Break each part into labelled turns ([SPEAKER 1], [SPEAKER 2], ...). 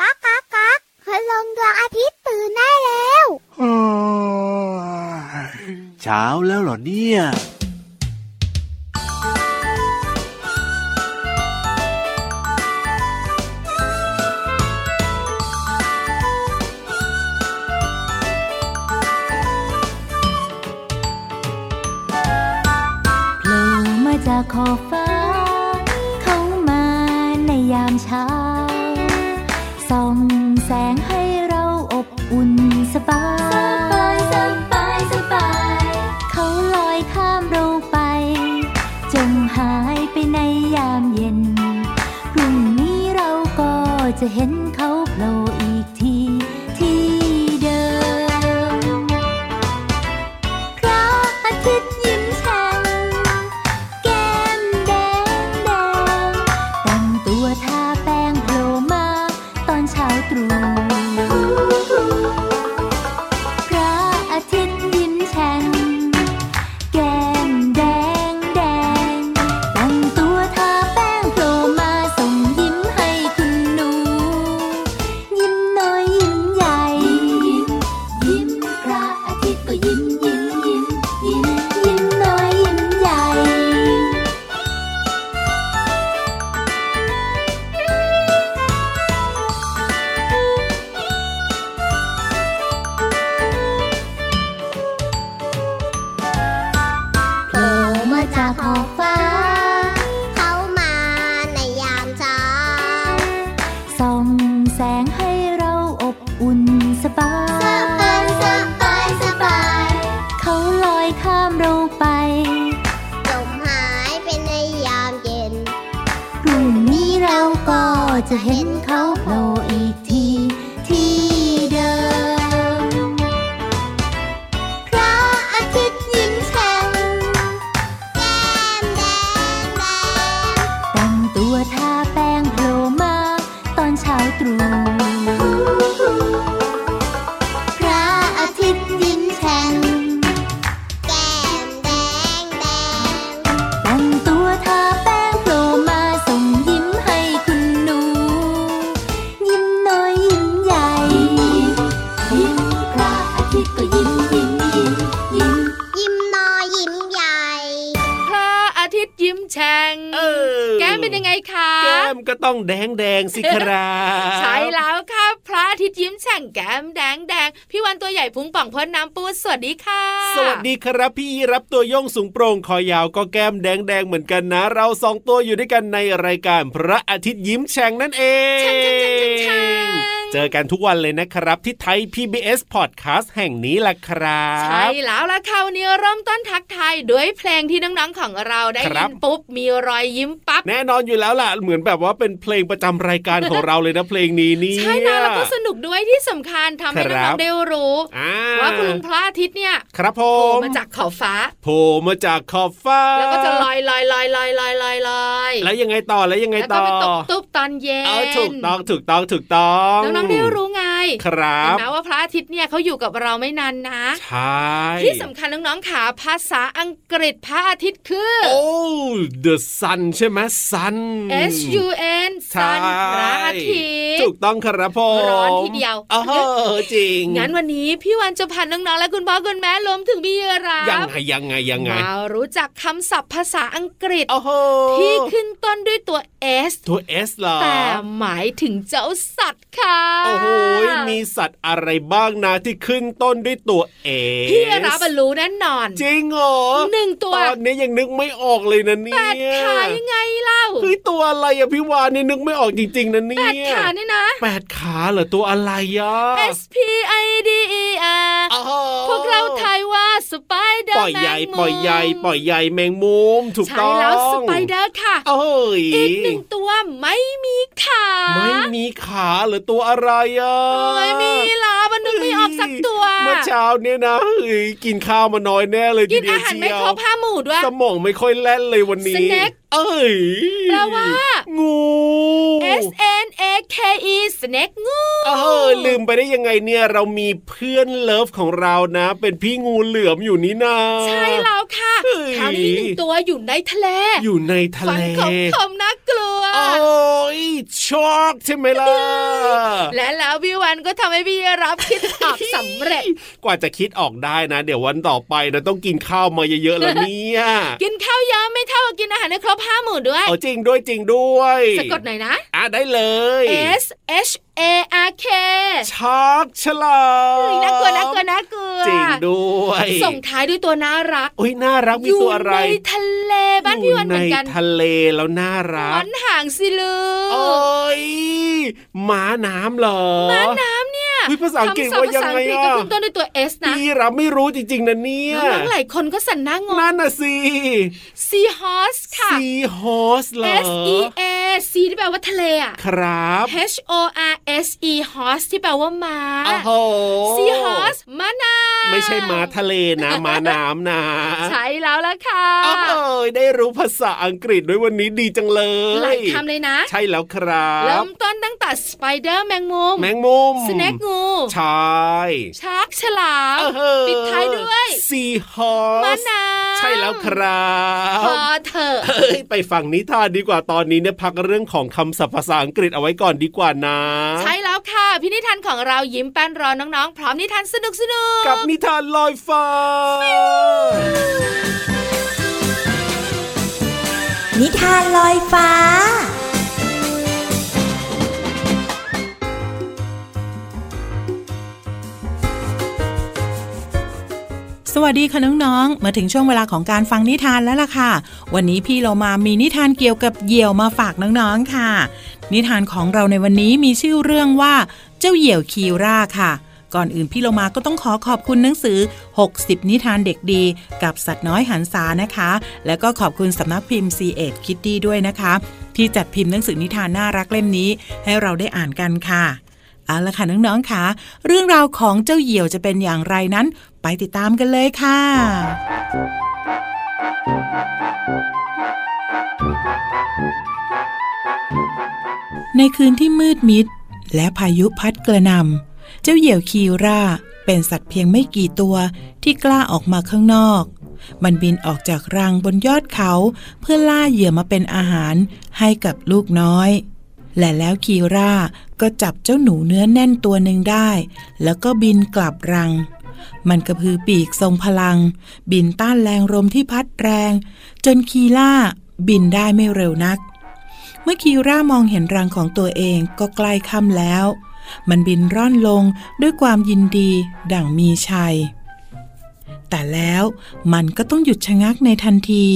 [SPEAKER 1] ก๊ากก๊ากก๊ากคืลงดวงอาทิตย์ตื่นได้แล้ว
[SPEAKER 2] เช้าแล้วเหรอเนี่ย
[SPEAKER 3] โผล่มาจากขอบฟ้า เข้ามาในยามเช้า ส่องแสงให้เราอบอุ่นสบาย สบาย สบาย เขาลอยข้ามเราไป จงหายไปในยามเย็น พรุ่งนี้เราก็จะเห็นเขาโผล่อีกทีที่เดิม พระอาทิตย์ยิ้มแฉ่งแก้มแดงแดงแต่งตัวทาแป้งโผล่มาตอนเช้าตรู่พระอาทิตย์ยิ้มแฉ่งแก้มแดงแดงแต่งตัวทาแป้งโผล่มาส่งยิ้มให้คุณหนู ยิ้มน้อยยิ้มใหญ่ ยิ้มพระอาทิตย์ก็ยิ้มยิ้มยิ้มยิ้มยิ้มน้อยยิ้มใหญ่ โผล่มาจากขอบฟ้า
[SPEAKER 1] เขามาในยามเช้า
[SPEAKER 3] ส่องแสงให้เราอบอุ่นสบาย
[SPEAKER 1] สบายสบาย
[SPEAKER 3] เขาลอยข้ามเราไป
[SPEAKER 1] จมหายไปในยามเย็น
[SPEAKER 3] พรุ่งนี้เราก็จะเห็นเขาโผล่อีกทีที่เดิม
[SPEAKER 1] พระอาทิตย์ยิ้มแฉ่งแก้มแดงแดง
[SPEAKER 3] แต่งตัวทาแป้งโผล่มาตอนเช้าตรู่
[SPEAKER 1] พระอาทิตย์ยิ้มแฉ่งแก้มแดงแดง
[SPEAKER 3] แต่งตัวทาแป้งโผล่มาส่งยิ้มให้คุณหนู ยิ้มน้อยยิ้มใหญ่ ยิ้มพระอาทิตย์ก็ยิ้มยิ้มยิ้มยิ้ม
[SPEAKER 1] ยิ้มน้อยยิ้มใหญ่
[SPEAKER 4] พระอาทิตย์ยิ้มแฉ่ง
[SPEAKER 5] เออ
[SPEAKER 4] แก้มเป็นยังไงคะ
[SPEAKER 5] แก้มก็ต้องแดงแดงๆสิครับ
[SPEAKER 4] ใช่แล้วค่ะพระอาทิตย์ยิ้มแฉ่งแก้มแดงแดงพี่วันตัวใหญ่พุงป่องพ้นน้ำปูดสวัสดีค่ะ
[SPEAKER 5] สวัสดีครับพี่รับตัวโย่องสูงโปร่งคอยาวก็แก้มแดงแดงๆเหมือนกันนะ เราสองตัวอยู่ด้วยกันในรายการพระอาทิตย์ยิ้มแฉ่งนั่นเอง
[SPEAKER 4] แฉ่งแฉ่งแฉ่งแฉ่ง
[SPEAKER 5] เจอกันทุกวันเลยนะครับ ที่ไทย PBS Podcast แห่งนี้ล่ะครับ
[SPEAKER 4] ใช่แล้วละค่ะวันนี้เริ่มต้นทักทายด้วยเพลงที่น้องๆของเราได้
[SPEAKER 5] ครั
[SPEAKER 4] ยิ
[SPEAKER 5] บ
[SPEAKER 4] นปุ๊บมีรอยยิ้มปั๊บ
[SPEAKER 5] แน่นอนอยู่แล้วล่ะ เหมือนแบบว่าเป็นเพลงประจำรายการของเราเลยนะเพลงนี้เนี่ย
[SPEAKER 4] ใช่นะแล้วก็สนุกด้วยที่สำคัญทำให้
[SPEAKER 5] ครั
[SPEAKER 4] น้อง
[SPEAKER 5] บ
[SPEAKER 4] ๆได้รู้
[SPEAKER 5] อ่
[SPEAKER 4] ว่าคุณลุงพระอาทิตย์เนี่ย
[SPEAKER 5] ครับผ
[SPEAKER 4] โผม ล่มาจากขอบฟ้า
[SPEAKER 5] โผล่มาจากขอบฟ้า
[SPEAKER 4] แล้วก็จะลอยลอยลอยลอยลอยลอยลอย
[SPEAKER 5] แล้วยังไงต่อแล้วยังไง
[SPEAKER 4] แล้วก็
[SPEAKER 5] ต่อ
[SPEAKER 4] ไปตกตุ๊บตอนเย็น
[SPEAKER 5] เออถูกต้องถูกต้องถูกต้อง
[SPEAKER 4] น้องๆได้รู้ไง
[SPEAKER 5] ครั
[SPEAKER 4] เห็
[SPEAKER 5] บ
[SPEAKER 4] นไหมว่าพระอาทิตย์เนี่ยเขาอยู่กับเราไม่นานนะ
[SPEAKER 5] ใช่
[SPEAKER 4] ที่สำคัญน้องๆขาภาษาอังกฤษพระอาทิตย์คือ
[SPEAKER 5] โอ้ the sun ใช่ไหม sun
[SPEAKER 4] S U N
[SPEAKER 5] ใช่
[SPEAKER 4] ซันพระอาทิต
[SPEAKER 5] ถูก
[SPEAKER 4] ย์
[SPEAKER 5] ต้องครับผม
[SPEAKER 4] ร้อนทีเดียว
[SPEAKER 5] โอ้โหจริง
[SPEAKER 4] งั้นวันนี้พี่วันจะพาน้องๆและคุณพ่อคุณแม่รวมถึงพี่เยรา
[SPEAKER 5] ยังไงยังไงยังไง
[SPEAKER 4] มารู้จักคำศัพท์ภาษาอังกฤษ
[SPEAKER 5] โอ้โห
[SPEAKER 4] ที่ขึ้นต้นด้วยตัว S
[SPEAKER 5] ตัว S เหรอ
[SPEAKER 4] แต่หมายถึงเจ้าสัตว์ค่ะ
[SPEAKER 5] โอ้โหมีสัตว์อะไรบ้างนะที่ขึ้นต้นด้วยตัว S
[SPEAKER 4] พี่รับอะรู้แน่นอน
[SPEAKER 5] จริงเหรอ
[SPEAKER 4] หนึ่งตัว
[SPEAKER 5] ตอนนี้ยังนึกไม่ออกเลยนะเนี่ย
[SPEAKER 4] แปดขายังไงเล่า
[SPEAKER 5] เฮ้ยตัวอะไรอะพี่วานนี่นึกไม่ออกจริงๆนะเนี่
[SPEAKER 4] แป
[SPEAKER 5] ย
[SPEAKER 4] ดขาเนี่ยนะ
[SPEAKER 5] แปดขาเหรอตัวอะไรอะ
[SPEAKER 4] S P I D E R
[SPEAKER 5] อ้าว
[SPEAKER 4] พวกเราทายว่าสไปเดอ
[SPEAKER 5] ป
[SPEAKER 4] ร์
[SPEAKER 5] ล่อย
[SPEAKER 4] แม
[SPEAKER 5] ใหญ่
[SPEAKER 4] งมุม
[SPEAKER 5] ปล่อยใหญ่ปล่อยใหญ่แมงมุมถูก
[SPEAKER 4] ใช่
[SPEAKER 5] ต้อง
[SPEAKER 4] แล้วสไปเดอร์ค่ะ
[SPEAKER 5] โอ้ย
[SPEAKER 4] อีกหนึ่งตัวไม่มีขา
[SPEAKER 5] ไม่มีขาเหรือตัวอะไรอะ
[SPEAKER 4] โอ้ยมีลาบันนึกไม่ออกสักตัว
[SPEAKER 5] เมื่อเช้าเนี่ยนะเฮ้ยกินข้าวมาน้อยแน่เลย
[SPEAKER 4] กิ
[SPEAKER 5] ที
[SPEAKER 4] น
[SPEAKER 5] เดีย
[SPEAKER 4] อาว หาร
[SPEAKER 5] เชี
[SPEAKER 4] ไม่
[SPEAKER 5] ยว
[SPEAKER 4] ครบห้าหมู่ด้วย
[SPEAKER 5] สมองไม่ค่อยแล่นเลยวันนี้
[SPEAKER 4] สแน็ค
[SPEAKER 5] เอ้ย
[SPEAKER 4] แปลว่า
[SPEAKER 5] งู
[SPEAKER 4] S N A K E snake งู
[SPEAKER 5] เออลืมไปได้ยังไงเนี่ยเรามีเพื่อนเลิฟของเรานะ เป็นพี่งูเหลือมอยู่นี่นา
[SPEAKER 4] ใช่แล้วค่ะ
[SPEAKER 5] เฮ้ย
[SPEAKER 4] คราวนี้หนึ่งตัวอยู่ในทะเล
[SPEAKER 5] อยู่ในทะ
[SPEAKER 4] ฝั
[SPEAKER 5] เล
[SPEAKER 4] งขมๆน่ากลัว
[SPEAKER 5] โอ้ยช ช็อกใช่ไหมล่ะ
[SPEAKER 4] และแล้วพี่วันก็ทำให้พี่รับคิดออกสำเร็จ
[SPEAKER 5] กว่าจะคิดออกได้นะ เดี๋ยววันต่อไปนะต้องกินข้าวมาเยอะๆแล้วเนี่ย
[SPEAKER 4] กินข้าวเยอะไม่เท่ากับกินอาหารให้ครบห้าหมู่ด้วย
[SPEAKER 5] เอาจริงด้วยจริงด้วย
[SPEAKER 4] สะกดหน่อยนะ
[SPEAKER 5] อ่ะได้เลย
[SPEAKER 4] S H A R K
[SPEAKER 5] ช็อกฉลา
[SPEAKER 4] เฮ้ย
[SPEAKER 5] ม
[SPEAKER 4] น่ากลัวน่ากลัวน่ากลัว
[SPEAKER 5] จริงด้วย
[SPEAKER 4] ส่งท้ายด้วยตัวน่ารัก
[SPEAKER 5] อุ้ยน่ารักมีตัวอะไร
[SPEAKER 4] ยู่ในทะเลบ้านพี่วันเหมือนกัน
[SPEAKER 5] ยู่ใทะเลแล้วน่า
[SPEAKER 4] ห
[SPEAKER 5] รั
[SPEAKER 4] มอก นหางสิลู
[SPEAKER 5] โอ้ยหมาน้ำเหรอ
[SPEAKER 4] ม้าน้ำเนี่ย
[SPEAKER 5] อุ๊ยภาษาอังกฤษ
[SPEAKER 4] คำศัพ
[SPEAKER 5] ว่ายัง
[SPEAKER 4] ท์ภาษาอั
[SPEAKER 5] ไง
[SPEAKER 4] งกฤษ
[SPEAKER 5] อ่ะ
[SPEAKER 4] ก็ขึ้นต้นด้วยตัว S นะ
[SPEAKER 5] พี่เราไม่รู้จริง ๆนะเนี่ย
[SPEAKER 4] น้องๆหลายคนก็สันหน้างง
[SPEAKER 5] นั่นน่ะสิ
[SPEAKER 4] Sea Horse ค่ะ
[SPEAKER 5] ซีฮอสเหรอ
[SPEAKER 4] S E A C ที่แปลว่าทะเลอะ
[SPEAKER 5] ครับ
[SPEAKER 4] H O R S E horse ที่แปลว่าม้า
[SPEAKER 5] โอ้โห
[SPEAKER 4] Sea horse ม้าน้ำ
[SPEAKER 5] ไม่ใช่ม้าทะเลนะ ม้าน้ำนะ
[SPEAKER 4] ใช่แล้วล่ะค่ะ
[SPEAKER 5] โอ้โหได้รู้ภาษาอังกฤษด้วยวันนี้ดีจังเล
[SPEAKER 4] หลาย ยคำเลยนะ
[SPEAKER 5] ใช่แล้วครับ
[SPEAKER 4] เริ่มต้นตั้งแต่สไปเดอร์แมงมุม
[SPEAKER 5] แมงมุม
[SPEAKER 4] สแนกงู
[SPEAKER 5] ใช่
[SPEAKER 4] ชาร์กฉลาม
[SPEAKER 5] เออ
[SPEAKER 4] ปิดท้ายด้วย
[SPEAKER 5] ซีฮอ
[SPEAKER 4] ม้า
[SPEAKER 5] ส
[SPEAKER 4] น้ำ
[SPEAKER 5] ใช่แล้วครับ
[SPEAKER 4] พอเถอะ
[SPEAKER 5] เอ้ยไปฟังนิทานดีกว่าตอนนี้เนี่ยพักเรื่องของคำศัพท์ภาษาอังกฤษเอาไว้ก่อนดีกว่านะ
[SPEAKER 4] ใช่แล้วค่ะ พินิทานของเรายิ้มแป้นรอน้องๆ พร้อมนิทานสนุกสนุก
[SPEAKER 5] กับนิทานลอยฟ้า
[SPEAKER 6] นิทานลอยฟ้า
[SPEAKER 7] สวัสดีค่ะน้องๆ มาถึงช่วงเวลาของการฟังนิทานแล้วล่ะค่ะ วันนี้พี่เรามามีนิทานเกี่ยวกับเหยี่ยวมาฝากน้องๆ ค่ะ นิทานของเราในวันนี้มีชื่อเรื่องว่า เจ้าเหยี่ยวคีร่าค่ะ ก่อนอื่นพี่เรามาก็ต้องขอขอบคุณหนังสือ 60 นิทานเด็กดี กับสัตว์น้อยหันษานะคะ แล้วก็ขอบคุณสำนักพิมพ์ C ีเอ็ดคิตตี้ด้วยนะคะ ที่จัดพิมพ์หนังสือนิทานน่ารักเล่มนี้ ให้เราได้อ่านกันค่ะ เอาละค่ะน้องๆค่ะเรื่องราวของเจ้าเหยี่ยวจะเป็นอย่างไรนั้น ไปติดตามกันเลยค่ะ ในคืนที่มืดมิด และพายุพัดกระหนำเจ้าเหยี่ยวคีร่าเป็นสัตว์เพียงไม่กี่ตัวที่กล้าออกมาข้างนอก มันบินออกจากรังบนยอดเขา เพื่อล่าเหยื่อมาเป็นอาหารให้กับลูกน้อย และแล้วคีร่าก็จับเจ้าหนูเนื้อแน่นตัวหนึ่งได้ แล้วก็บินกลับรัง มันกระพือปีกทรงพลัง บินต้านแรงลมที่พัดแรง จนคีร่าบินได้ไม่เร็วนัก เมื่อคีร่ามองเห็นรังของตัวเองก็ใกล้ค่ำแล้ว มันบินร่อนลงด้วยความยินดีดั่งมีชัย แต่แล้วมันก็ต้องหยุดชะงักในทันที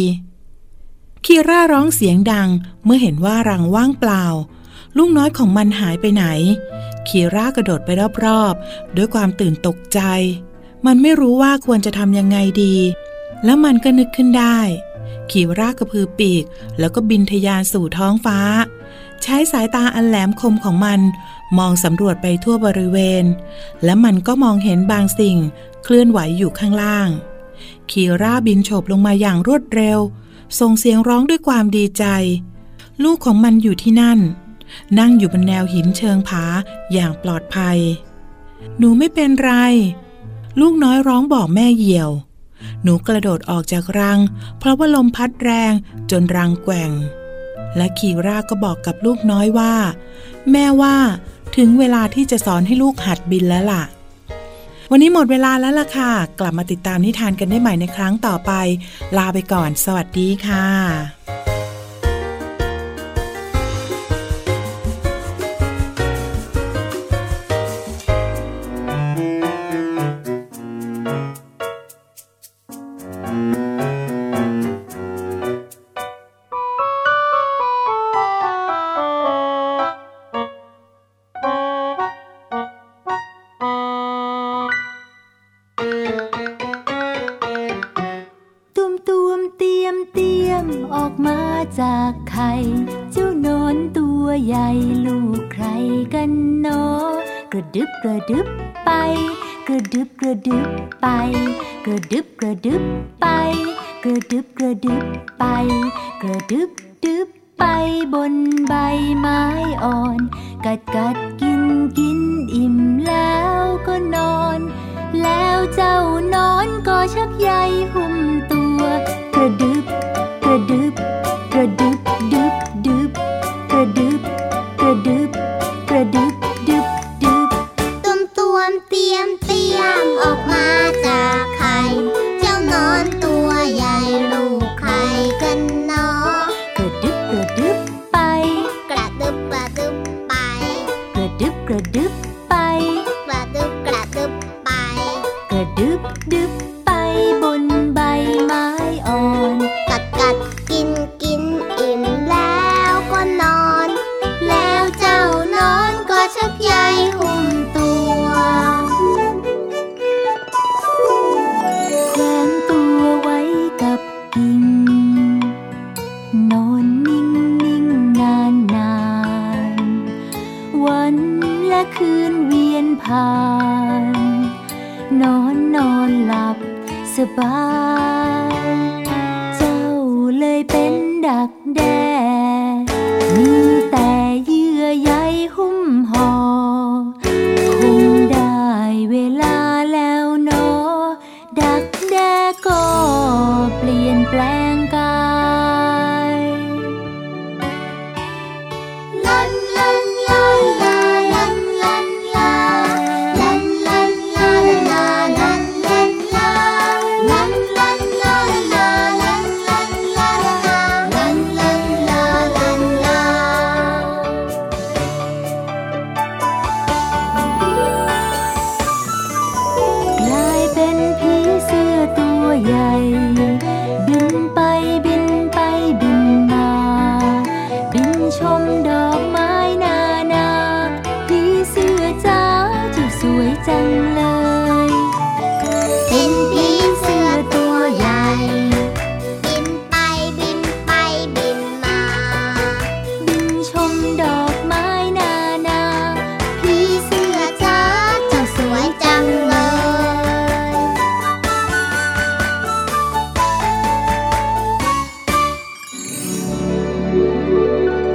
[SPEAKER 7] คีร่าร้องเสียงดังเมื่อเห็นว่ารังว่างเปล่า ลูกน้อยของมันหายไปไหน คีร่ากระโดดไปรอบๆ ด้วยความตื่นตกใจ มันไม่รู้ว่าควรจะทำยังไงดี แล้วมันก็นึกขึ้นได้ คีร่ากระพือปีก แล้วก็บินทะยานสู่ท้องฟ้า ใช้สายตาอันแหลมคมของมัน มองสำรวจไปทั่วบริเวณ และมันก็มองเห็นบางสิ่ง เคลื่อนไหวอยู่ข้างล่าง คีร่าบินโฉบลงมาอย่างรวดเร็ว ส่งเสียงร้องด้วยความดีใจ ลูกของมันอยู่ที่นั่น นั่งอยู่บนแนวหินเชิงผาอย่างปลอดภัย หนูไม่เป็นไร ลูกน้อยร้องบอกแม่เหยี่ยว หนูกระโดดออกจากรัง เพราะว่าลมพัดแรงจนรังแกว่ง และคีร่าก็บอกกับลูกน้อยว่า แม่ว่าถึงเวลาที่จะสอนให้ลูกหัดบินแล้วล่ะ วันนี้หมดเวลาแล้วล่ะค่ะ กลับมาติดตามนิทานกันได้ใหม่ในครั้งต่อไป ลาไปก่อน สวัสดีค่ะ
[SPEAKER 3] ตุมตุมๆเตรียมเตรียมออกมาจากไข่ เจ้าโนอนตัวใหญ่ลูกใครกันเนาะกระดึบกระดึบไป กระดึบกระดึบไป กระดึบกระดึบไป กระดึบกระดึบไป กระดึบดึบไปบนใบไม้อ่อน กัดกัดกินกินอิ่มแล้วก็นอน แล้วเจ้านอนก็ชักใยหุ้มตัว กระดึบ กระดึบ กระดึบดึบดึบกระดึบ กระ ระดึบ กระดึบดึบดึบ
[SPEAKER 1] ตุ่มตวมเตรียมเตรียมออกมาจากไข่เจ้านอนตัวใหญ่ลูกไข่กันเนาะ
[SPEAKER 3] กระดึบกระดึบไป
[SPEAKER 1] กระดึบกระดึบไป
[SPEAKER 3] กระดึบกระดึบไป
[SPEAKER 1] กระดึบกระดึบไป
[SPEAKER 3] กระดึบดึบไปบนใบไม้อ่อน
[SPEAKER 1] กัดกัดกินกินอิ่มแล้วก็นอน แล้วเจ้านอนก็ชักใยหุ้มตัว
[SPEAKER 3] แขวนตัวไว้กับกิ่งนอนนิ่งนิ่งนานนานวันและคืนเวียนผ่าน นอนนอนหลับสบาย เจ้าเลยเป็นดักแด้ มีแต่เยื่อใยหุ้มห่อ คงได้เวลาแล้วเนอ ดักแด้ก็เปลี่ยนแปลงกาย
[SPEAKER 1] ลันลันลาลาลันลันลาลันลันลาลาลันลันลาลันลันลาลาลันลันลาลันลันลาลันลา
[SPEAKER 3] กลายเป็นผีเสื้อตัวใหญ่ บินไปบินไปบินมา บินชมดอกไม้นานาผีเสื้อจ้าเจ้าสวยจังเลย
[SPEAKER 1] เป็นผีเสื้อตัวใหญ่ บินไปบินไปบินมา
[SPEAKER 3] บินชมดอกไม้นานา
[SPEAKER 1] ผีเสื้อจ้าเจ้าสวยจังเลย
[SPEAKER 4] ยูฮู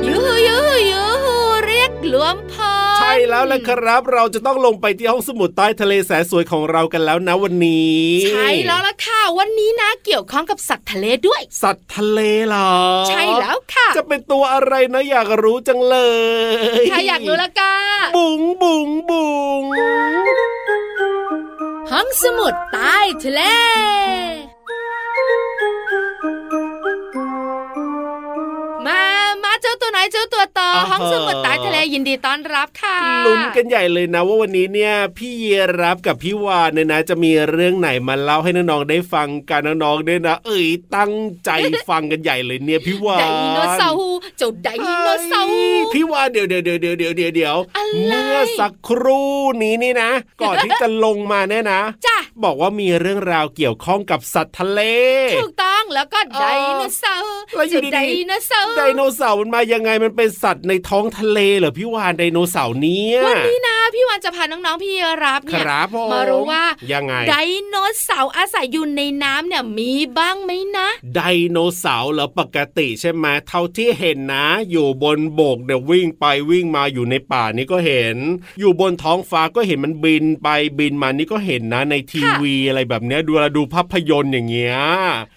[SPEAKER 4] ยูฮูยูฮูเรียกหลวมพอ
[SPEAKER 5] ใช่แล้วละครับ เราจะต้องลงไปที่ห้องสมุดใต้ทะเลแสนสวยของเรากันแล้วนะวันนี้
[SPEAKER 4] ใช่แล้วล่ะค่ะวันนี้นะเกี่ยวข้องกับสัตว์ทะเลด้วย
[SPEAKER 5] สัตว์ทะเลเหรอ
[SPEAKER 4] ใช่แล้วค่ะ
[SPEAKER 5] จะเป็นตัวอะไรนะอยากรู้จังเลย
[SPEAKER 4] ถ้าอยากรู้ละก็
[SPEAKER 5] บุ๋งบุ๋งบุ๋ง
[SPEAKER 4] ห้องสมุดใต้ทะเล มามาเจ้าตัวไหนอยเจ้าตัวต่ออา
[SPEAKER 5] ฮะ
[SPEAKER 4] ห้องสมุดใต้ทะเลยินดีต้อนรับค่ะ
[SPEAKER 5] ลุ้นกันใหญ่เลยนะว่าวันนี้เนี่ย พี่เยรับกับพี่วานเนี่ยนะ จะมีเรื่องไหนมาเล่าให้น้องๆได้ฟังกันน้องๆด้วยนะ เอ้ยตั้งใจฟังกันใหญ่เลยเนี่ยพี่วาน
[SPEAKER 4] ไดโนเสาร์เจ้าไดโนเสาร์
[SPEAKER 5] พี่วานเดี๋ยวเดี๋ยวเดี๋ยวเดี๋ยวเดี๋ยวเดี๋ยวเดี๋ยว
[SPEAKER 4] อะไร
[SPEAKER 5] เมื่อสักครู่นี้นี่นะ ก่อนที่จะลงมาเนี่ยนะ
[SPEAKER 4] จ้ะ
[SPEAKER 5] บอกว่ามีเรื่องราวเกี่ยวข้องกับสัตว์ทะเล
[SPEAKER 4] ถูกต้องแล้วก็
[SPEAKER 5] เออ
[SPEAKER 4] ไดโนเสาร์
[SPEAKER 5] แล้วอยู่
[SPEAKER 4] เจ้า
[SPEAKER 5] ดีๆ
[SPEAKER 4] ไดโนเสาร์
[SPEAKER 5] ไดโนเสาร์มันมายังไงมันเป็นสัตว์ในท้องทะเลเหรอพี่วานไดโนเสาร์เนี่ย
[SPEAKER 4] วันนี้นะพี่วันจะพาน้องๆพี่รับ
[SPEAKER 5] ค
[SPEAKER 4] เนี่ย
[SPEAKER 5] รับผม
[SPEAKER 4] มารู้ว่า
[SPEAKER 5] ยังไง
[SPEAKER 4] ไดโนเสาร์อาศัยอยู่ในน้ำเนี่ยมีบ้างไหมนะ
[SPEAKER 5] ไดโนเสาร์เหรอปกติใช่ไหมเท่าที่เห็นนะ อยู่บนบกเนี่ยวิ่งไปวิ่งมาอยู่ในป่านี่ก็เห็น อยู่บนท้องฟ้าก็เห็นมันบินไปบินมานี่ก็เห็นนะในทีวีอะไรแบบเนี้ยดูเวลาดูภาพยนตร์อย่างเงี้ย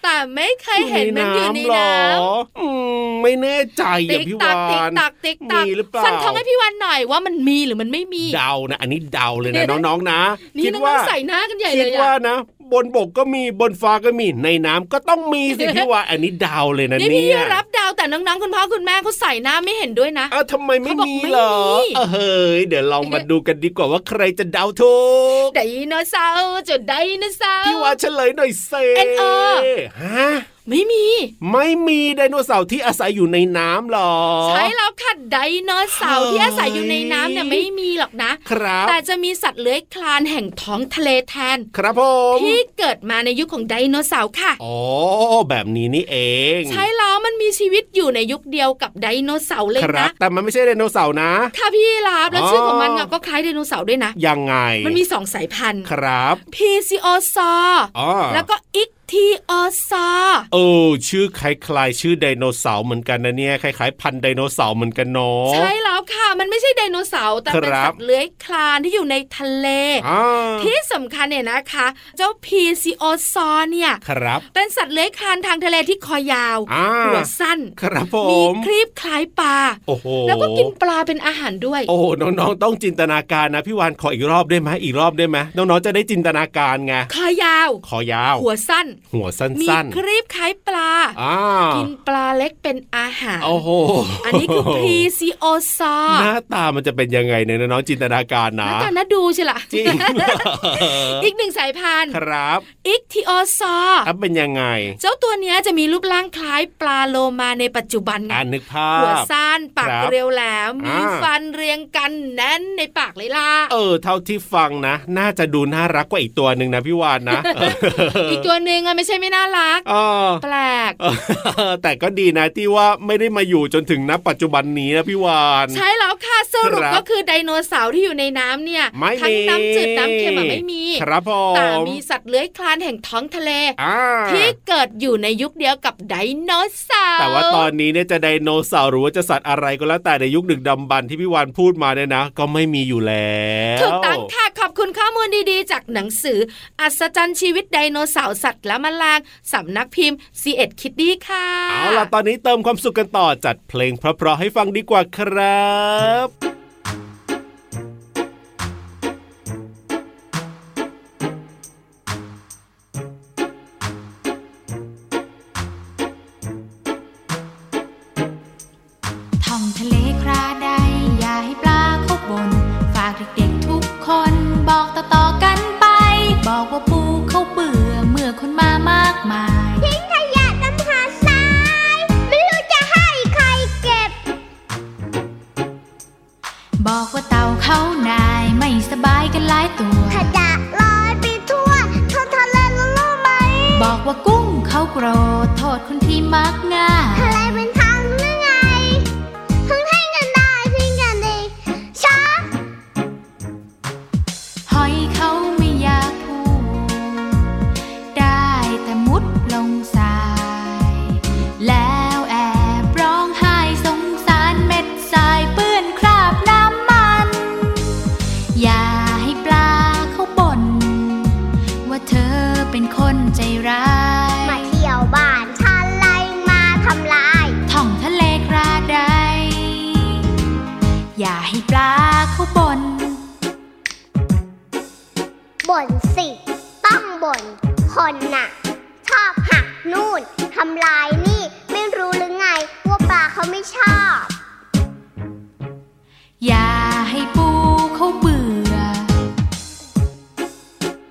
[SPEAKER 4] แต่ไม่เคยเห็นมันอยู่ใน
[SPEAKER 5] เหร
[SPEAKER 4] น้
[SPEAKER 5] ออืมไม่แน่ใจ
[SPEAKER 4] ำ
[SPEAKER 5] อย่า
[SPEAKER 4] ติ๊ก
[SPEAKER 5] พี่
[SPEAKER 4] ตั
[SPEAKER 5] วาก
[SPEAKER 4] ติ๊ก
[SPEAKER 5] น
[SPEAKER 4] ตักติ๊กตัก
[SPEAKER 5] มีหรือเปล่า
[SPEAKER 4] ฟันทองให้พี่วันหน่อยว่ามันมีหรือมันไม่มี
[SPEAKER 5] เดานะ อันนี้เดาเลย
[SPEAKER 4] เดี๋
[SPEAKER 5] นะ
[SPEAKER 4] ยวนะ
[SPEAKER 5] น้องๆนะ
[SPEAKER 4] นี่
[SPEAKER 5] คิด
[SPEAKER 4] น้อ
[SPEAKER 5] ว่า
[SPEAKER 4] งๆใส่หน้ากันใหญ่
[SPEAKER 5] คิ
[SPEAKER 4] เล
[SPEAKER 5] ด
[SPEAKER 4] ย
[SPEAKER 5] ว่า
[SPEAKER 4] อะ
[SPEAKER 5] นะ บนบกก็มีบนฟ้าก็มีในน้ำก็ต้องมีสิพี่วานอันนี้เดาเลยนะ
[SPEAKER 4] นี่พี่
[SPEAKER 5] เนี่ย
[SPEAKER 4] รับดาวแต่น้องๆคุณพ่อคุณแม่เขาใส่หน้าไม่เห็นด้วยนะ
[SPEAKER 5] อ้าวทำไมไม่
[SPEAKER 4] เขาบอก
[SPEAKER 5] มี
[SPEAKER 4] ไม่
[SPEAKER 5] เหรอ
[SPEAKER 4] มี
[SPEAKER 5] เออเฮ้ยเดี๋ยวลองมาดูกันดีกว่าว่าใครจะเดาถูก
[SPEAKER 4] ไดโนเสาร์เจุดไดโนเสาร์
[SPEAKER 5] พี่วานเฉลยหน่อยเซ
[SPEAKER 4] เอ็นเอ
[SPEAKER 5] ฮะ
[SPEAKER 4] ไม่มี
[SPEAKER 5] ไม่มีไดโนเสาร์ที่อาศัยอยู่ในน้ำหรอ
[SPEAKER 4] ใช่แล้วค่ะไดโนเสาร์ที่อาศัยอยู่ในน้ำเนี่ย
[SPEAKER 5] เฮ้
[SPEAKER 4] ไม่
[SPEAKER 5] ย
[SPEAKER 4] มีหรอกนะ
[SPEAKER 5] ครับ
[SPEAKER 4] แต่จะมีสัตว์เลื้อยคลานแห่งท้องทะเลแทน
[SPEAKER 5] ครับผม
[SPEAKER 4] ที่เกิดมาในยุคของไดโนเสาร์ค่ะ
[SPEAKER 5] อ๋อแบบนี้นี่เอง
[SPEAKER 4] ใช่แล้วมันมีชีวิตอยู่ในยุคเดียวกับไดโนเสาร์เลย
[SPEAKER 5] ครับ
[SPEAKER 4] นะ
[SPEAKER 5] แต่มันไม่ใช่ไดโนเสาร์นะ
[SPEAKER 4] ค่ะพี่ลาบแล้ว
[SPEAKER 5] อ๋อ
[SPEAKER 4] ชื่อของมันน่ะก็คล้ายไดโนเสาร์ด้วยนะ
[SPEAKER 5] ยังไง
[SPEAKER 4] มันมีสองสายพันธุ์
[SPEAKER 5] ครับ
[SPEAKER 4] p c o s a u r
[SPEAKER 5] อ๋อ
[SPEAKER 4] แล้วก็ i c ทีโอซอร์
[SPEAKER 5] เออ ชื่อคล้ายๆชื่อไดโนเสาร์เหมือนกันนะเนี่ยคล้ายๆพันธุ์ไดโนเสาร์เหมือนกันเนาะ
[SPEAKER 4] ใช่แล้วค่ะ มันไม่ใช่ไดโนเสาร์แต่เป็
[SPEAKER 5] ค
[SPEAKER 4] น
[SPEAKER 5] รับ
[SPEAKER 4] สัตว์เลื้อยคลานที่อยู่ในทะเล
[SPEAKER 5] อ่า
[SPEAKER 4] ที่สำคัญเนี่ยนะคะ เจ้าพีซีโอซอร์เนี่ย
[SPEAKER 5] ครับ
[SPEAKER 4] เป็นสัตว์เลื้อยคลานทางทะเลที่คอยาว
[SPEAKER 5] อ่า
[SPEAKER 4] หัวสั้น
[SPEAKER 5] ครับผ
[SPEAKER 4] มี
[SPEAKER 5] ม
[SPEAKER 4] ครีบคล้ายปลา
[SPEAKER 5] โอ้โห
[SPEAKER 4] แล้วก็กินปลาเป็นอาหารด้วย
[SPEAKER 5] โอ้โหน้องๆ ต้องจินตนาการนะ พี่วานขออีกรอบได้ไหมอีกรอบได้ไหมน้องๆ จะได้จินตนาการไง
[SPEAKER 4] คอยาว
[SPEAKER 5] ขอยาว
[SPEAKER 4] หัวสั้น
[SPEAKER 5] หัวสั
[SPEAKER 4] มี
[SPEAKER 5] ้น
[SPEAKER 4] ครีบคล้ายปลา
[SPEAKER 5] ๆอ่า
[SPEAKER 4] กินปลาเล็กเป็นอาหาร
[SPEAKER 5] โอ้โห
[SPEAKER 4] อันนี้คือพีซีโอซอ
[SPEAKER 5] หน้าตามันจะเป็นยังไงเนี่ยน้องๆจินตนาการนะ
[SPEAKER 4] น่าจะน่าดูใช่ละ
[SPEAKER 5] จริง
[SPEAKER 4] อีกหนึ่งสายพันธุ์
[SPEAKER 5] ครับ
[SPEAKER 4] อิกทิโอซอร์
[SPEAKER 5] อัพเป็นยังไง
[SPEAKER 4] เจ้าตัวเนี้ยจะมีรูปร่างคล้ายปลาโลมาในปัจจุบันไง
[SPEAKER 5] อ่านนึกภา
[SPEAKER 4] หัว
[SPEAKER 5] พ
[SPEAKER 4] สั้นปาก
[SPEAKER 5] ครับ
[SPEAKER 4] เรียวแหลมมี
[SPEAKER 5] อ่า
[SPEAKER 4] ฟันเรียงกันแน่นในปากเลยล่ะ
[SPEAKER 5] เออ เท่าที่ฟังนะ น่าจะดูน่ารักกว่าอีกตัวหนึ่งนะพี่วานนะ
[SPEAKER 4] อีกตัวหนึ่งอะไม่ใช่ไม่น่ารัก
[SPEAKER 5] เออ
[SPEAKER 4] แปลก
[SPEAKER 5] เออแต่ก็ดีนะที่ว่าไม่ได้มาอยู่จนถึงณปัจจุบันนี้นะพี่วาน
[SPEAKER 4] ใช่แล้วค่ะสรุป
[SPEAKER 5] ครับ
[SPEAKER 4] ก็คือไดโนเสาร์ที่อยู่ในน้ำเนี่ย
[SPEAKER 5] ไม่
[SPEAKER 4] ทั้ง
[SPEAKER 5] มี
[SPEAKER 4] น้ำจืดน้ำเค็มอะไม่มี
[SPEAKER 5] ครับผ
[SPEAKER 4] แต่
[SPEAKER 5] ม
[SPEAKER 4] มีสัตว์เลื้อยคลานแห่งท้องทะเล
[SPEAKER 5] อ่า
[SPEAKER 4] ที่เกิดอยู่ในยุคเดียวกับไดโนเสาร์
[SPEAKER 5] แต่ว่าตอนนี้เนี่ยจะไดโนเสาร์หรือว่าจะสัตว์อะไรก็แล้วแต่ในยุคดึกดำบรรพ์ที่พี่วานพูดมาเนี่ยนะ ก็ไม่มีอยู่แล้ว
[SPEAKER 4] ถูกต้องค่ะ ขอบคุณข้อมูลดีๆ จากหนังสือ อัศจรรย์ชีวิตไดโนเสาร์สัตว์และแมลงสำนักพิมพ์ c ีเอ็ดคิดดีค่ะ
[SPEAKER 5] เอาล่ะตอนนี้เติมความสุขกันต่อจัดเพลงเพราะๆให้ฟังดีกว่าครับ
[SPEAKER 8] ท่องทะเลคราใด อย่าให้ปลาเข้าบน ฝากเด็กๆทุกคนบอกต่อๆกันไป บอกว่าปูเขาเบื่อเมื่อคนมามากมาย
[SPEAKER 1] ทิ้งขยะน้ำหาทราย ไม่รู้จะให้ใครเก็บ
[SPEAKER 8] บอกว่าเต่าเขานายไม่สบายกันหลายตัว
[SPEAKER 1] ขยะลอยไปทั่วท้องทะเลรู้รู้ไหม
[SPEAKER 8] บอกว่ากุ้งเขาโกรธโทษคนที่มักง่าย
[SPEAKER 1] ทะเลเป็นทางหรือไงเพิ่งให้กันได้ทิ้งกันเองช้า
[SPEAKER 8] หอยเขาไม่อยากพูดได้แต่มุดลงทราย แล้วแอบร้องไห้สงสารเม็ดทรายเปื้อนคราบน้ำมัน อย่าให้ปลาเขาบ่นว่าเธอเป็นคนใจร้าย
[SPEAKER 1] มาเที่ยวบ้านฉันไล่มาทำลาย
[SPEAKER 8] ท่องทะเลกระไดอย่าให้ปลาเขาบน่น
[SPEAKER 1] บ่นสิ ต้องบ่นคนน่ะ ชอบหักนู่นทำลายนี่ ไม่รู้หรือไง ว่าปลาเขาไม่ชอบ
[SPEAKER 8] อย่าให้ปูเขาเบื่อ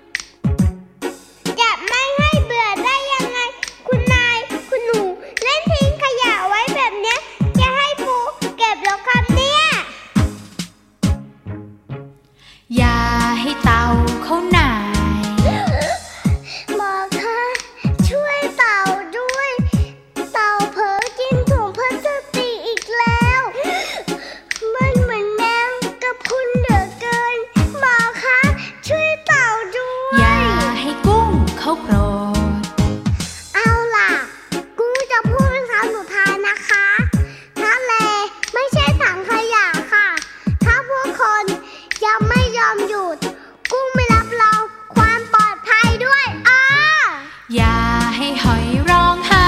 [SPEAKER 1] จะไม่ให้เบื่อได้ยังไง คุณนาย คุณหนู เล่นทิ้งขยะไว้แบบเนี้ย จะให้ปูเก็บแล้วครับเนี่ย
[SPEAKER 8] อย่าให้เต่าเขาหน่าย
[SPEAKER 1] บอกค่ะช่วยเต่าด้วย เต่าเผลอกินถุงพลาสติกอีกแล้ว มันเหมือนแมงกระพรุนเหลือเกินบอกค่ะช่วยเต่าด้วย
[SPEAKER 8] อย่าให้กุ้งเขาโกรธ
[SPEAKER 1] เอาล่ะ กูจะพูดเป็นคำสุดท้ายนะคะทะเลไม่ใช่ถังขยะค่ะ ถ้าพวกคนยังไม่ยอมหยุด กูไม่รับรองความปลอดภัยด้วยอ้อ
[SPEAKER 8] อย่าให้หอยร้องไห้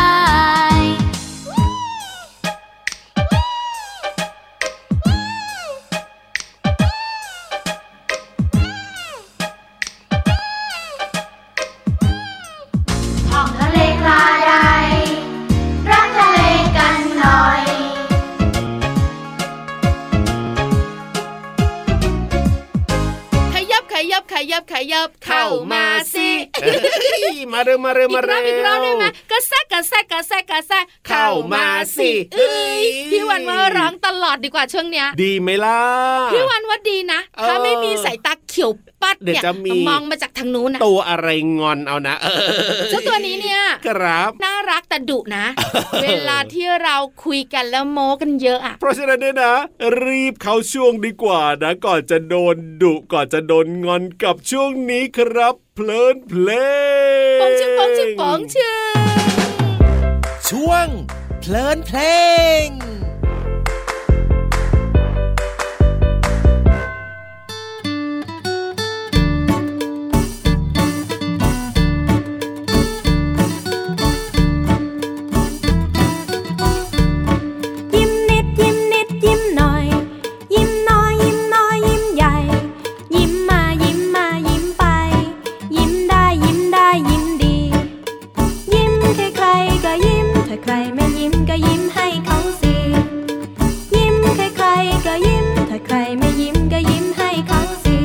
[SPEAKER 1] ท่องทะเลคลาใดรักทะเลกันหน่อย
[SPEAKER 4] ขยับขยับขยับขยับเข้ามาสิ
[SPEAKER 5] เอ้ยมาเร็วมาเร็ว
[SPEAKER 4] อี
[SPEAKER 5] มาก
[SPEAKER 4] ร
[SPEAKER 5] เร็ว
[SPEAKER 4] อบอีกรอบได้ไหมกระแซกกระแซกกระแซกกระแซก
[SPEAKER 5] เข้ามาสิ
[SPEAKER 4] เอ้ยพี่วันว่า
[SPEAKER 5] เอ้ย
[SPEAKER 4] ร้องตลอดดีกว่าช่วงเนี้ย
[SPEAKER 5] ดีไหมล่ะ
[SPEAKER 4] พี่วันว่าดีนะ ถ้า
[SPEAKER 5] เออ
[SPEAKER 4] ไม่มีสายตาเข ขียวปัด
[SPEAKER 5] เดี๋ยว
[SPEAKER 4] เนี่ย
[SPEAKER 5] จะมี
[SPEAKER 4] มองมาจากทางนู้นนะ
[SPEAKER 5] ตัวอะไรงอนเอานะ เออ
[SPEAKER 4] เจ้าตัวนี้เนี่ย
[SPEAKER 5] ครับ
[SPEAKER 4] น่ารักแต่ดุนะ เวลาที่เราคุยกันแล้วโม้กันเยอะอะ
[SPEAKER 5] เพราะฉะนั้นเนี่ยนะ รีบเข้าช่วงดีกว่านะก่อนจะโดนดุก่อนจะโดนงอนกับช่วงนี้ครับ เพลินเพลง
[SPEAKER 4] ปองชิงปองชิงปองชิง
[SPEAKER 9] ช่วง เพลินเพลง
[SPEAKER 6] ยิ้มนิดยิ้มนิดยิ้มหน่อย ยิ้มน้อยยิ้มน้อยยิ้มใหญ่ ยิ้มมายิ้มมายิ้มไป ยิ้มได้ยิ้มได้ยิ้มดี ยิ้มใครใครๆก็ยิ้มถ้าใครไม่ยิ้มก็ยิ้มให้เขาสิยิ้มใครใครๆก็ยิ้มถ้าใครไม่ยิ้มก็ยิ้มให้เขาสิ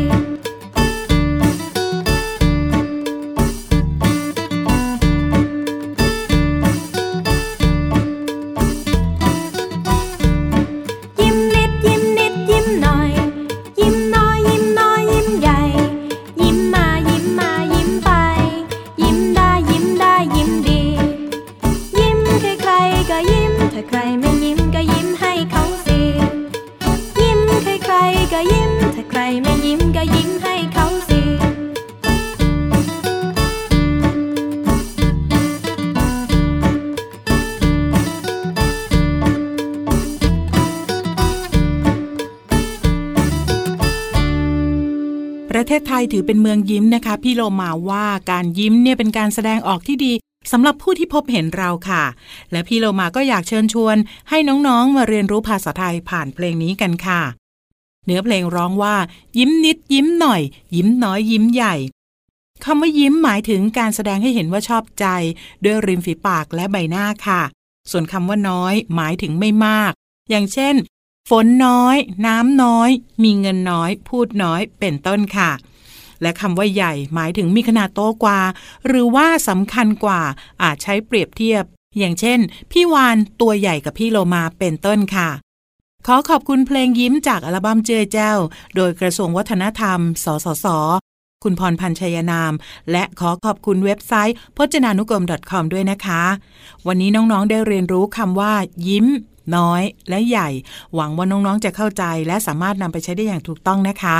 [SPEAKER 6] ยิ้มนิดยิ้มนิดยิ้มหน่อย ยิ้มน้อยยิ้มน้อยยิ้มใหญ่ ยิ้มมายิ้มมายิ้มไป ยิ้มได้ยิ้มได้ยิ้มดี ยิ้มใครใครๆก็ยิ้มถ้าใครไม่ยิ้มก็ยิ้มให้เขาสิยิ้มใครใครๆก็ยิ้มถ้าใครไม่ยิ้มก็ยิ้มให้เขาสิ
[SPEAKER 7] ประเทศไทยถือเป็นเมืองยิ้มนะคะ พี่โลมาว่าการยิ้มเนี่ยเป็นการแสดงออกที่ดีสำหรับผู้ที่พบเห็นเราค่ะ และพี่โลมาก็อยากเชิญชวน ให้น้องๆมาเรียนรู้ภาษาไทยผ่านเพลงนี้กันค่ะ เนื้อเพลงร้องว่า ยิ้มนิดยิ้มหน่อย ยิ้มน้อยยิ้มใหญ่คำว่ายิ้มหมายถึงการแสดงให้เห็นว่าชอบใจ ด้วยริมฝีปากและใบหน้าค่ะ ส่วนคำว่าน้อยหมายถึงไม่มาก อย่างเช่น ฝนน้อย น้ำน้อย มีเงินน้อย พูดน้อยเป็นต้นค่ะ และคำว่าใหญ่หมายถึงมีขนาดโตกว่า หรือว่าสำคัญกว่าอาจใช้เปรียบเทียบ อย่างเช่น พี่วานตัวใหญ่กับพี่โลมาเป็นต้นค่ะ ขอขอบคุณเพลงยิ้มจากอัลบั้มเจอแจ้ว โดยกระทรวงวัฒนธรรม สสส คุณพรพันธ์ชัยนาม และขอขอบคุณเว็บไซต์พจนานุกรม .com ด้วยนะคะ วันนี้น้องๆได้เรียนรู้คำว่า ยิ้ม น้อย และใหญ่ หวังว่าน้องๆจะเข้าใจและสามารถนำไปใช้ได้อย่างถูกต้องนะคะ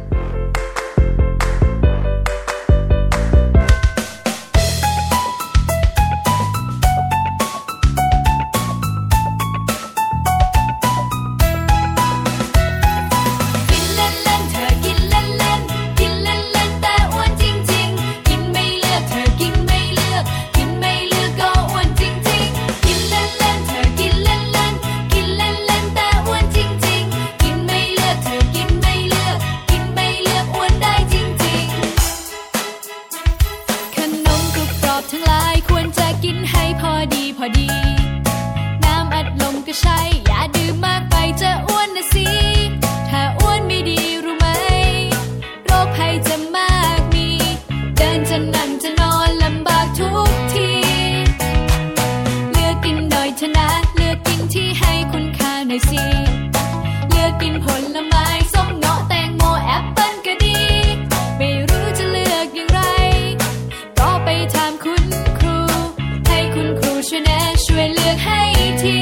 [SPEAKER 10] กินเล่นเล่นเธอกินเล่นเล่นกินเล่นเล่นแต่อ้วนจริงจริงกินไม่เลือกเธอกินไม่เลือกกินไม่เลือกก็อ้วนจริงจริงกินเล่นเล่นเธอกินเล่นเล่นกินเล่นเล่นแต่อ้วนจริงจริงกินไม่เลือกเธอกินไม่เลือกกินไม่เลือกอ้วนได้จริงจริง ขนมกรุบกรอบทั้งหลายควรจะกินให้พอดีพอดี น้ำอัดลมก็ใช่ อย่าดื่มมากไปจะอ้วนนะสิ ถ้าอ้วนไม่ดีรู้ไหม โรคภัยจะมากมี เดินจะนั่งจะนอนลำบากทุกที เลือกกินหน่อยเถอะนะ เลือกกินที่ให้คุณค่าหน่อยสิ เลือกกินผลไม้ส้มเงาะแตงโมแอปเปิ้ลก็ดี ไม่รู้จะเลือกอย่างไร ก็ไปถามคุณครู ให้คุณครูช่วยแนะช่วยเลือกให้ที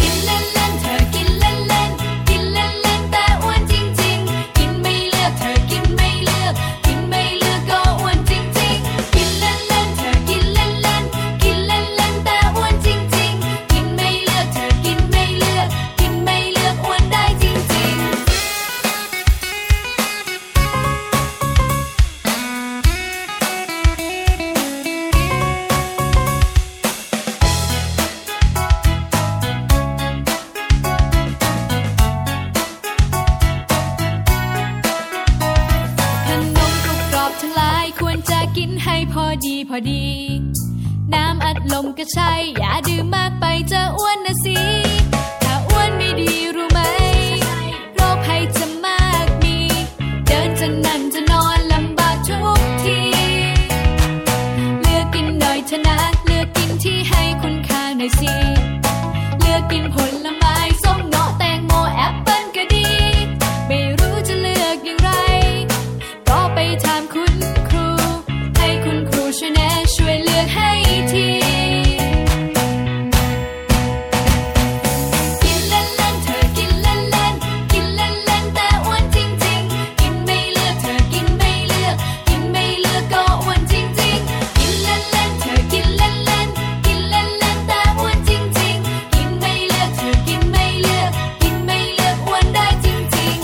[SPEAKER 10] กินเล่นเล่นเธอกินเล่นเล่นกินเล่นเล่นแต่อ้วนจริงจริงกินไม่เลือกเธอกินไม่เลือก กินไม่เลือกก็อ้วนจริงจริงกินเล่นเล่นเธอกินเล่นเล่นกินเล่นเล่นแต่อ้วนจริงจริงกินไม่เลือกเธอกินไม่เลือก กินไม่เลือกอ้วนได้จริงจริง ขนมกรุบกรอบทั้งหลายควรจะกินให้พอดีพอดี น้ำอัดลมก็ใช่ อย่าดื่มมากไปจะอ้วนนะสิ ถ้าอ้วนไม่ดีรู้ไหม โรคภัยจะมากมี เดินจะนั่งจะนอนลำบากทุกที กินผลไม้ส้มเงาะแตงโมแอปเปิ้ลก็ดี ไม่รู้จะเลือกอย่างไร ก็ไปถามคุณครู ให้คุณครูช่วยแนะช่วยเลือกให้ที กินเล่นๆเธอกินเล่นๆกินเล่นๆแต่อ้วนจริงๆ กินไม่เลือกเธอกินไม่เลือก กินไม่เลือกก็อ้วนจริงๆ กินเล่นๆเธอกินเล่นๆกินเล่นๆแต่อ้วนจริงๆ กินไม่เลือกเธอกินไม่เลือก กินไม่เลือกอ้วนได้จริงๆ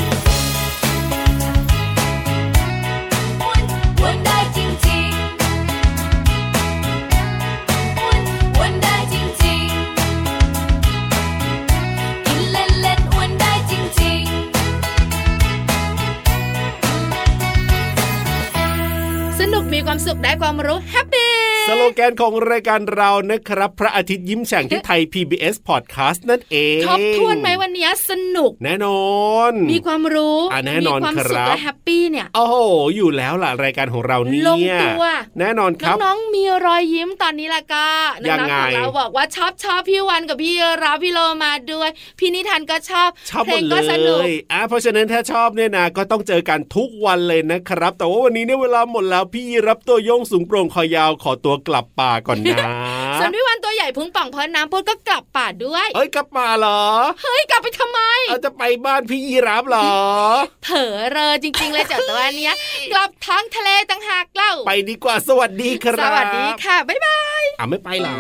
[SPEAKER 10] อ้วนอ้วนได้จริงๆอ้วนอ้วนได้จริงๆ กินเล่นเล่นอ้วนได้จริงๆ
[SPEAKER 4] สนุกมีความสุขได้ความรู้แฮปปี้
[SPEAKER 5] สโลแกนของรายการเรานะครับ พระอาทิตย์ยิ้มแฉ่งที่ไทย PBS Podcast นั่นเอง
[SPEAKER 4] ทบทวนไหมวันนี้สนุก
[SPEAKER 5] แน่นอน
[SPEAKER 4] มีความรู้
[SPEAKER 5] อ่ะแน่นอน
[SPEAKER 4] มีความสุ
[SPEAKER 5] ค
[SPEAKER 4] ข
[SPEAKER 5] รับ
[SPEAKER 4] และแฮปปี้เนี่ย
[SPEAKER 5] โอ้โห อยู่แล้วล่ะรายการของเราเนี่ย
[SPEAKER 4] ลงตัว
[SPEAKER 5] แน่นอนครับ
[SPEAKER 4] น้องๆมีรอยยิ้มตอนนี้ละก็
[SPEAKER 5] ยั
[SPEAKER 4] น้อง ง
[SPEAKER 5] ไง
[SPEAKER 4] ๆของเราบอกว่าชอบชอบพี่วันกับพี่รับพี่โลมาด้วย พี่นิทานก็ชอบ
[SPEAKER 5] ชอบ
[SPEAKER 4] เพ
[SPEAKER 5] ห
[SPEAKER 4] ล
[SPEAKER 5] ม
[SPEAKER 4] ง
[SPEAKER 5] ดเล
[SPEAKER 4] ก็สนุก
[SPEAKER 5] ยอ่ะเพราะฉะนั้นถ้าชอบเนี่ยนะก็ต้องเจอกันทุกวันเลยนะครับ แต่ว่าวันนี้เนี่ยเวลาหมดแล้วพี่รับตัวโยงสูงโปร่งคอยาวขอตัวกลับป่าก่อนนะ
[SPEAKER 4] ส่วนพี่วันตัวใหญ่พุงป่องพอน้ำพุดก็กลับป่าด้วย
[SPEAKER 5] เอ้ยกลับป่าเหรอ
[SPEAKER 4] เฮ้ย กลับไปทำไม
[SPEAKER 5] เอาจะไปบ้านพี่ยีรับเหรอ
[SPEAKER 4] เผลอเรอจริง ๆ เลยเจ้าตัวเนี้ย กลับทั้งทะเลต่างหากเล่า
[SPEAKER 5] ไปดีกว่าสวัสดีค
[SPEAKER 4] ส
[SPEAKER 5] รับ
[SPEAKER 4] วัสดีค่ะ บ๊ายบาย
[SPEAKER 5] อ่ะไม่ไปเหรอ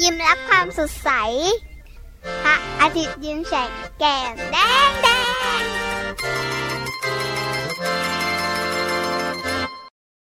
[SPEAKER 1] ยิ้มรับความสดใส พระอาทิตย์ยิ้มแฉกแก้มแดงแด